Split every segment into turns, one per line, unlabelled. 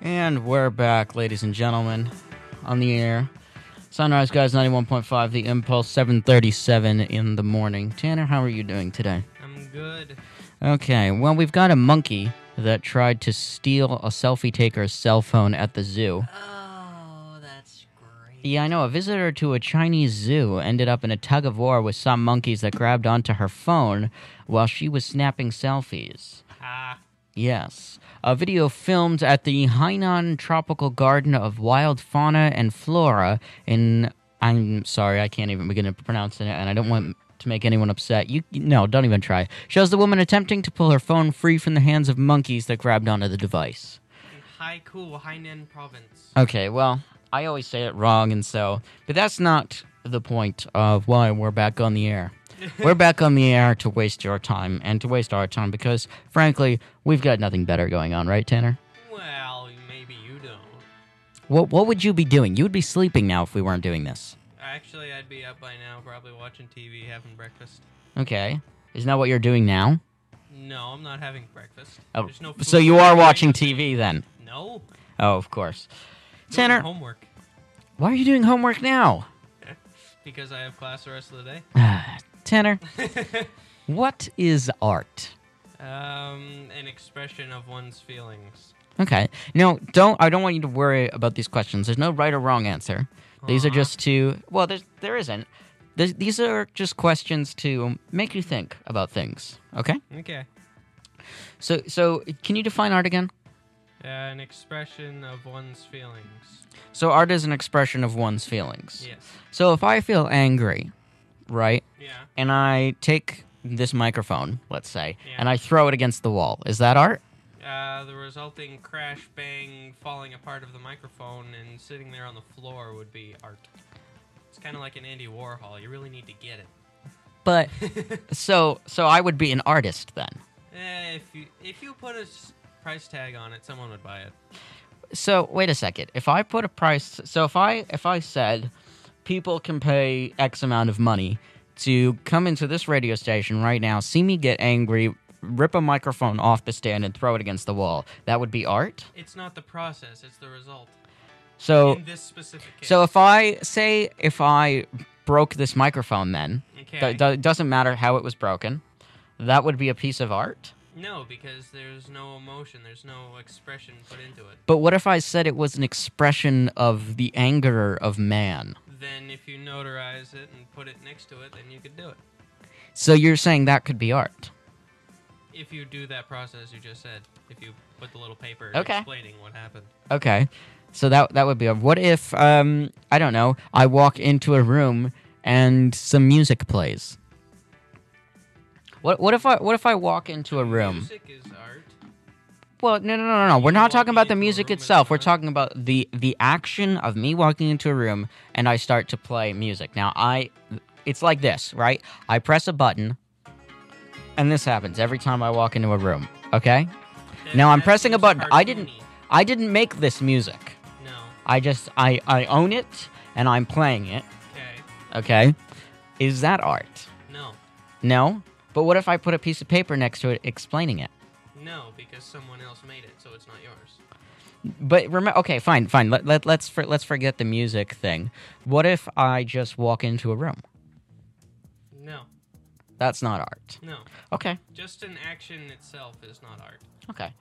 And we're back, ladies and gentlemen, on the air. Sunrise Guys 91.5, The Impulse 737 in the morning. Tanner, how are you doing today?
I'm good.
Okay, well, we've got a monkey that tried to steal a selfie taker's cell phone at the zoo.
Oh, that's great.
Yeah, I know. A visitor to a Chinese zoo ended up in a tug of war with some monkeys that grabbed onto her phone while she was snapping selfies.
Ah,
Yes. A video filmed at the Hainan Tropical Garden of Wild Fauna and Flora in. I'm sorry, I can't even begin to pronounce it, and I don't want to make anyone upset. You no, don't even try. Shows the woman attempting to pull her phone free from the hands of monkeys that grabbed onto the device.
in Haikou, Hainan province.
Okay, well, I always say it wrong, and so, but that's not the point of why we're back on the air. we're back on the air to waste your time and to waste our time because, frankly, we've got nothing better going on, right, Tanner?
Well, maybe you don't.
What What would you be doing? You would be sleeping now if we weren't doing this.
Actually, I'd be up by now, probably watching TV, having breakfast.
Okay, isn't that what you're doing now?
No, I'm not having breakfast.
Oh,
There's no
so
food.
you are watching TV then?
No.
Oh, of course.
Doing
Tanner,
Homework.
why are you doing homework now?
Because I have class the rest of the day.
Tanner, what is art?
um, an expression of one's feelings.
Okay. No, don't. I don't want you to worry about these questions. There's no right or wrong answer. These are
Aw.
just to. Well, there's, there isn't. There's, these are just questions to make you think about things. Okay.
Okay.
So, so can you define art again?
Uh, an expression of one's feelings.
So, art is an expression of one's feelings.
Yes.
So, if I feel angry, right,
Yeah.
and I take this microphone, let's say,
Yeah.
and I throw it against the wall, is that art?
Uh, the resulting crash, bang, falling apart of the microphone and sitting there on the floor would be art. It's kind of like an Andy Warhol. You really need to get it.
But so, so I would be an artist then.
Eh, if you if you put a s- price tag on it, someone would buy it.
so wait a second if i put a price so if i if i said people can pay x amount of money to come into this radio station right now see me get angry rip a microphone off the stand and throw it against the wall that would be art
It's not the process; it's the result.
so
In this specific case.
so if i say if i broke this microphone then
okay.
th- th- it doesn't matter how it was broken that would be a piece of art
no, because there's no emotion, there's no expression put into it.
but what if i said it was an expression of the anger of man
Then, if you notarize it and put it next to it, then you could do it.
so you're saying that could be art
If you do that process you just said, if you put the little paper
Okay.
explaining what happened.
Okay. So that that would be a what if um I don't know, I walk into a room and some music plays. What what if I what if I walk into a room?
Music is art.
Well, no no no no no. We're not talking about the
Walking into a
music
room is
itself. We're
not-
talking about the the action of me walking into a room and I start to play music. Now I it's like this, right? I press a button and this happens every time I walk into a room, okay? Now I'm
That
pressing a
seems
button. I didn't-
cartoony.
I didn't make this music.
No.
I just I I own it and I'm playing it.
Okay.
Okay, is that art?
No.
No. But what if I put a piece of paper next to it explaining it?
No, because someone else made it, so it's not yours.
But remember, okay, fine, fine. Let, let let's for, let's forget the music thing. What if I just walk into a room?
No.
That's not art.
No.
Okay,
Just an action itself is not art.
okay.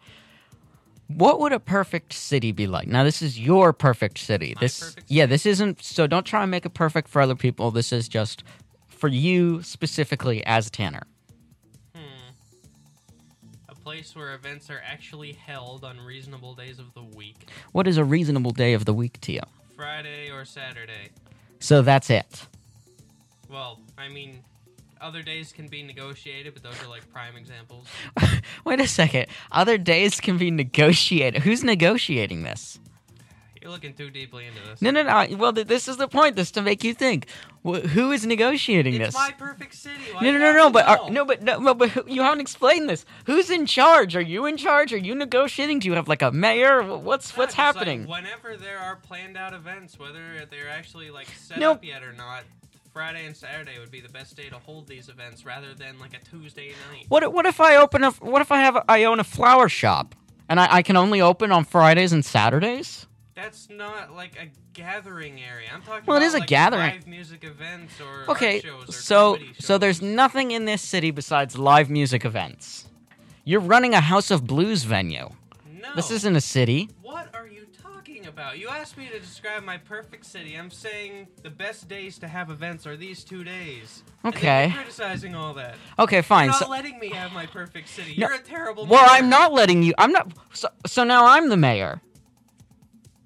What would a perfect city be like? Now, this is your perfect city. this,
perfect
yeah, this isn't. So don't try and make it perfect for other people. This is just for you specifically as Tanner.
Hmm. A place where events are actually held on reasonable days of the week,
What is a reasonable day of the week to you?
Friday or Saturday.
So that's it.
Well, I mean, other days can be negotiated, but those are like prime examples.
Wait a second. Other days can be negotiated. Who's negotiating this?
You're looking too deeply into this.
No, no, no. Well, th- this is the point. This to make you think. Wh- who is negotiating
It's
this?
my perfect city. why
no, no,
do you
no,
have
no.
to
But
know?
are, no, but no, no, but who, you haven't explained this. Who's in charge? Are you in charge? Are you negotiating? Do you have like a mayor? Wh- What's
No,
what's
just, like,
happening?
whenever there are planned out events, whether they're actually like set
Nope.
up yet or not, Friday and Saturday would be the best day to hold these events rather than like a Tuesday night.
What what if I open a what if I have a, I own a flower shop And I, I can only open on Fridays and Saturdays?
That's not like a gathering area. I'm talking.
Well, it
about,
is a
like,
gathering.
Live music events or art
Okay,
shows or
so
comedy
so
shows.
there's nothing in this city besides live music events. You're running a House of Blues venue.
no.
This isn't a city.
What are you talking about? You asked me to describe my perfect city. I'm saying the best days to have events are these two days. And then
Okay.
You're criticizing all that.
Okay, fine.
You're not
so-
letting me have my perfect city.
No.
You're a terrible.
well,
mayor.
I'm not letting you. I'm not. So, so now I'm the mayor.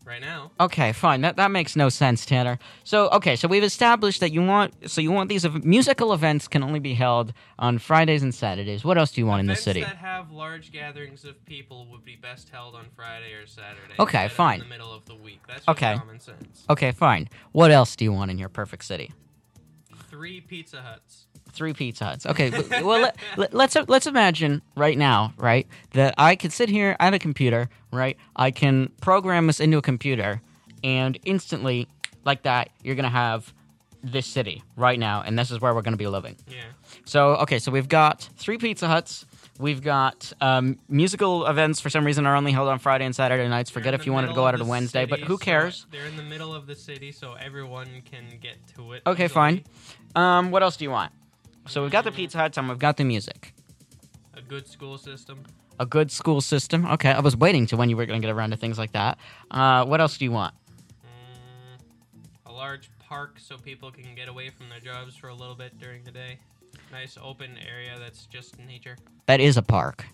Right now.
Okay, fine. That that makes no sense, Tanner. So okay, so we've established that you want so you want these ev- musical events can only be held on Fridays and Saturdays. What else do you want in the
events
city?
that have large gatherings of people would be best held on Friday or Saturday.
Okay,
instead of
fine.
In the middle of the week. That's just
Okay.
common sense.
Okay, fine. What else do you want in your perfect city?
Three Pizza Huts.
Three Pizza Huts. Okay, w- well let, let, let's let's imagine right now, right, that I could sit here at a computer, right? I can program this into a computer, and instantly, like that, you're gonna have this city right now, and this is where we're gonna be living.
Yeah.
So okay, so we've got three Pizza Huts. We've got um, musical events for some reason are only held on Friday and Saturday nights. Forget
They're in
if
the
you wanted to
middle
go
of
out on
the
Wednesday, but
city,
who
so
cares?
they're in the middle of the city, so everyone can get to it.
Okay, fine.
easily.
Um, what else do you want? So we've got the Pizza Huts and we've got the music.
A good school system.
A good school system. Okay, I was waiting to when you were going to get around to things like that. Uh, what else do you want?
Mm, a large park so people can get away from their jobs for a little bit during the day. Nice open area that's just nature.
That is a park.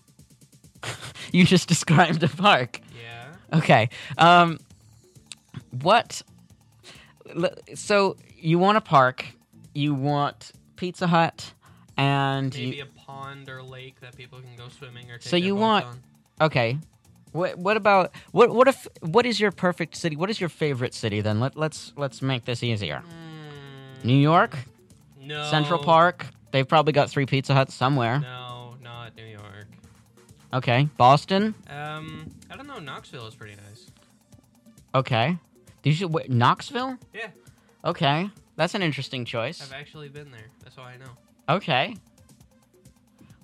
you just described a park.
Yeah.
Okay. Um, what? l- So you want a park? You want Pizza Hut, and
Maybe
you,
a pond or lake that people can go swimming or. Take
So
their
you
boats
want-
on.
okay. What what about what what if what is your perfect city? What is your favorite city? Then let let's let's make this easier.
Mm,
New York,
no.
Central Park. They've probably got three Pizza Huts somewhere.
No, not New York.
Okay, Boston.
Um, I don't know. Knoxville is pretty nice.
Okay, did you wait, Knoxville?
Yeah.
Okay, that's an interesting choice.
I've actually been there. That's all I know.
Okay.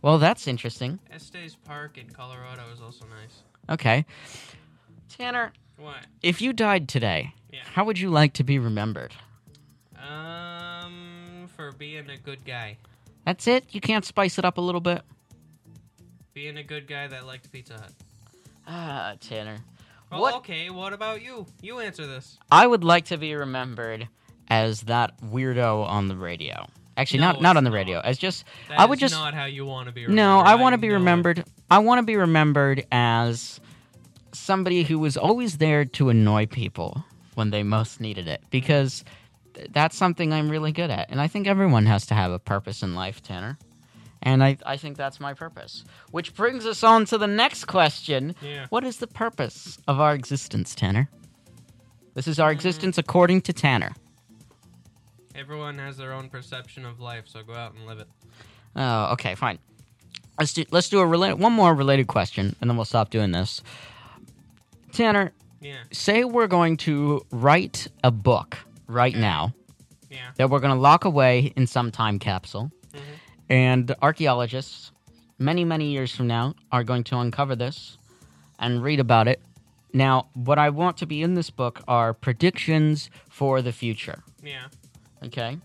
Well, that's interesting.
Estes Park in Colorado is also nice.
Okay. Tanner,
What?
if you died today,
Yeah.
how would you like to be remembered?
Um, for being a good guy.
That's it? You can't spice it up a little bit?
Being a good guy that liked Pizza Hut.
Ah, Tanner.
Well,
What-
okay, what about you? You answer this.
I would like to be remembered as that weirdo on the radio. Actually,
No,
not not
it's
on the
not.
radio. As just
That
I would
is
just-
not how you want to be remembered.
no, I want to be
know it.
remembered. I want to be remembered as somebody who was always there to annoy people when they most needed it because th- that's something I'm really good at. And I think everyone has to have a purpose in life, Tanner. And I, I think that's my purpose. Which brings us on to the next question
Yeah.
What is the purpose of our existence, Tanner? This is our existence according to Tanner.
Everyone has their own perception of life, so go out and live it.
Oh, okay, fine. Let's do let's do a rela- one more related question, and then we'll stop doing this. Tanner,
Yeah,
say we're going to write a book right now
yeah.
that we're going to lock away in some time capsule,
Mhm.
and archaeologists, many many years from now, are going to uncover this and read about it. Now, what I want to be in this book are predictions for the future.
Yeah.
Okay.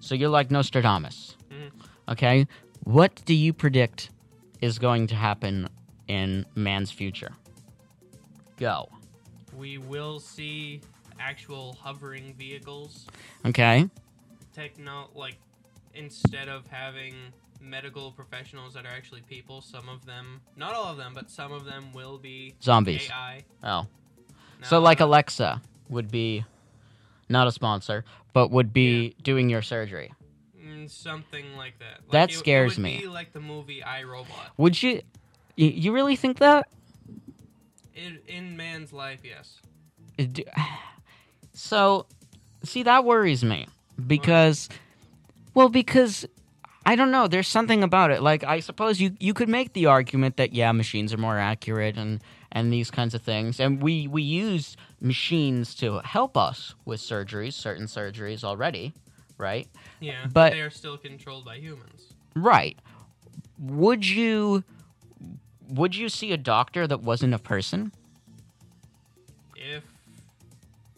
So you're like Nostradamus.
Mhm.
Okay. What do you predict is going to happen in man's future? Go.
We will see actual hovering vehicles.
Okay.
Techno like instead of having medical professionals that are actually people, some of them not all of them, but some of them will be
Zombies.
AI.
Oh.
No,
So like
not-
Alexa would be not a sponsor, but would be doing your surgery.
Mm, something like that. Like,
That
it- it
scares
would
me.
Be like the movie I Robot.
Would you y- you really think that?
In, in man's life, yes.
Uh, do- So, see, that worries me because, well, because I don't know. There's something about it. Like, I suppose you you could make the argument that yeah, machines are more accurate and and these kinds of things, and we we use machines to help us with surgeries, certain surgeries already, right?
Yeah,
But-
they are still controlled by humans.
Right. Would you Would you see a doctor that wasn't a person?
If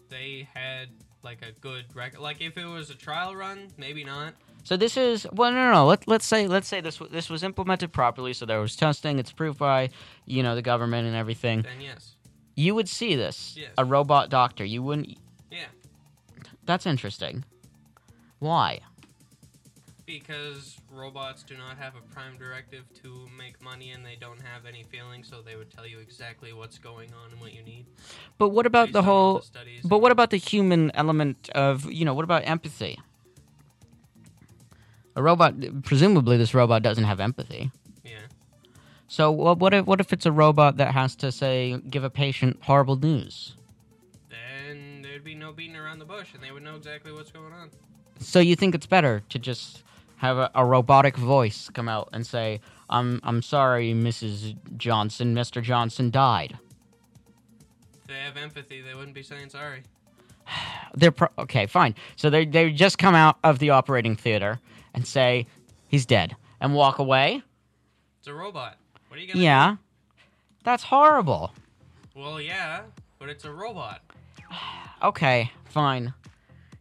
they had like a good record, like if it was a trial run, maybe not.
So this is well, no, no, no. Let let's say let's say this w- this was implemented properly. So there was testing. It's approved by, you know, the government and everything.
Then yes,
You would see this.
Yes.
A robot doctor. You wouldn't.
yeah,
That's interesting. Why?
because robots do not have a prime directive to make money, and they don't have any feelings, so they would tell you exactly what's going on and what you need.
But what about
based
the
on all
whole?
the studies
but
and-
what about the human element of you know? What about empathy? A robot. Presumably, this robot doesn't have empathy.
Yeah,
So wha- what if what if it's a robot that has to say give a patient horrible news?
then there'd be no beating around the bush, and they would know exactly what's going on.
So you think it's better to just have a, a robotic voice come out and say, "I'm I'm sorry, Mrs. Johnson, Mr. Johnson died."
If they have empathy, they wouldn't be saying sorry.
They're pro- okay, fine. So they they just come out of the operating theater and say, "He's dead," and walk away.
It's a robot. What are you gonna?
Yeah, that's horrible.
Well, yeah, but it's a robot.
Okay, fine.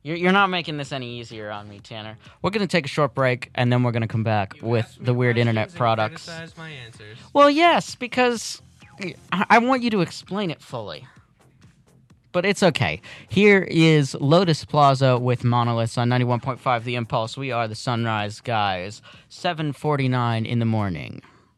You're, you're not making this any easier on me, Tanner. We're going to take a short break and then we're going to come back
You
with
asked me
the weird internet
questions and
products.
criticized my answers.
Well, yes, because I I want you to explain it fully. But it's okay. Here is Lotus Plaza with Monoliths on 91.5 The Impulse. We are the Sunrise Guys, 7:49 in the morning.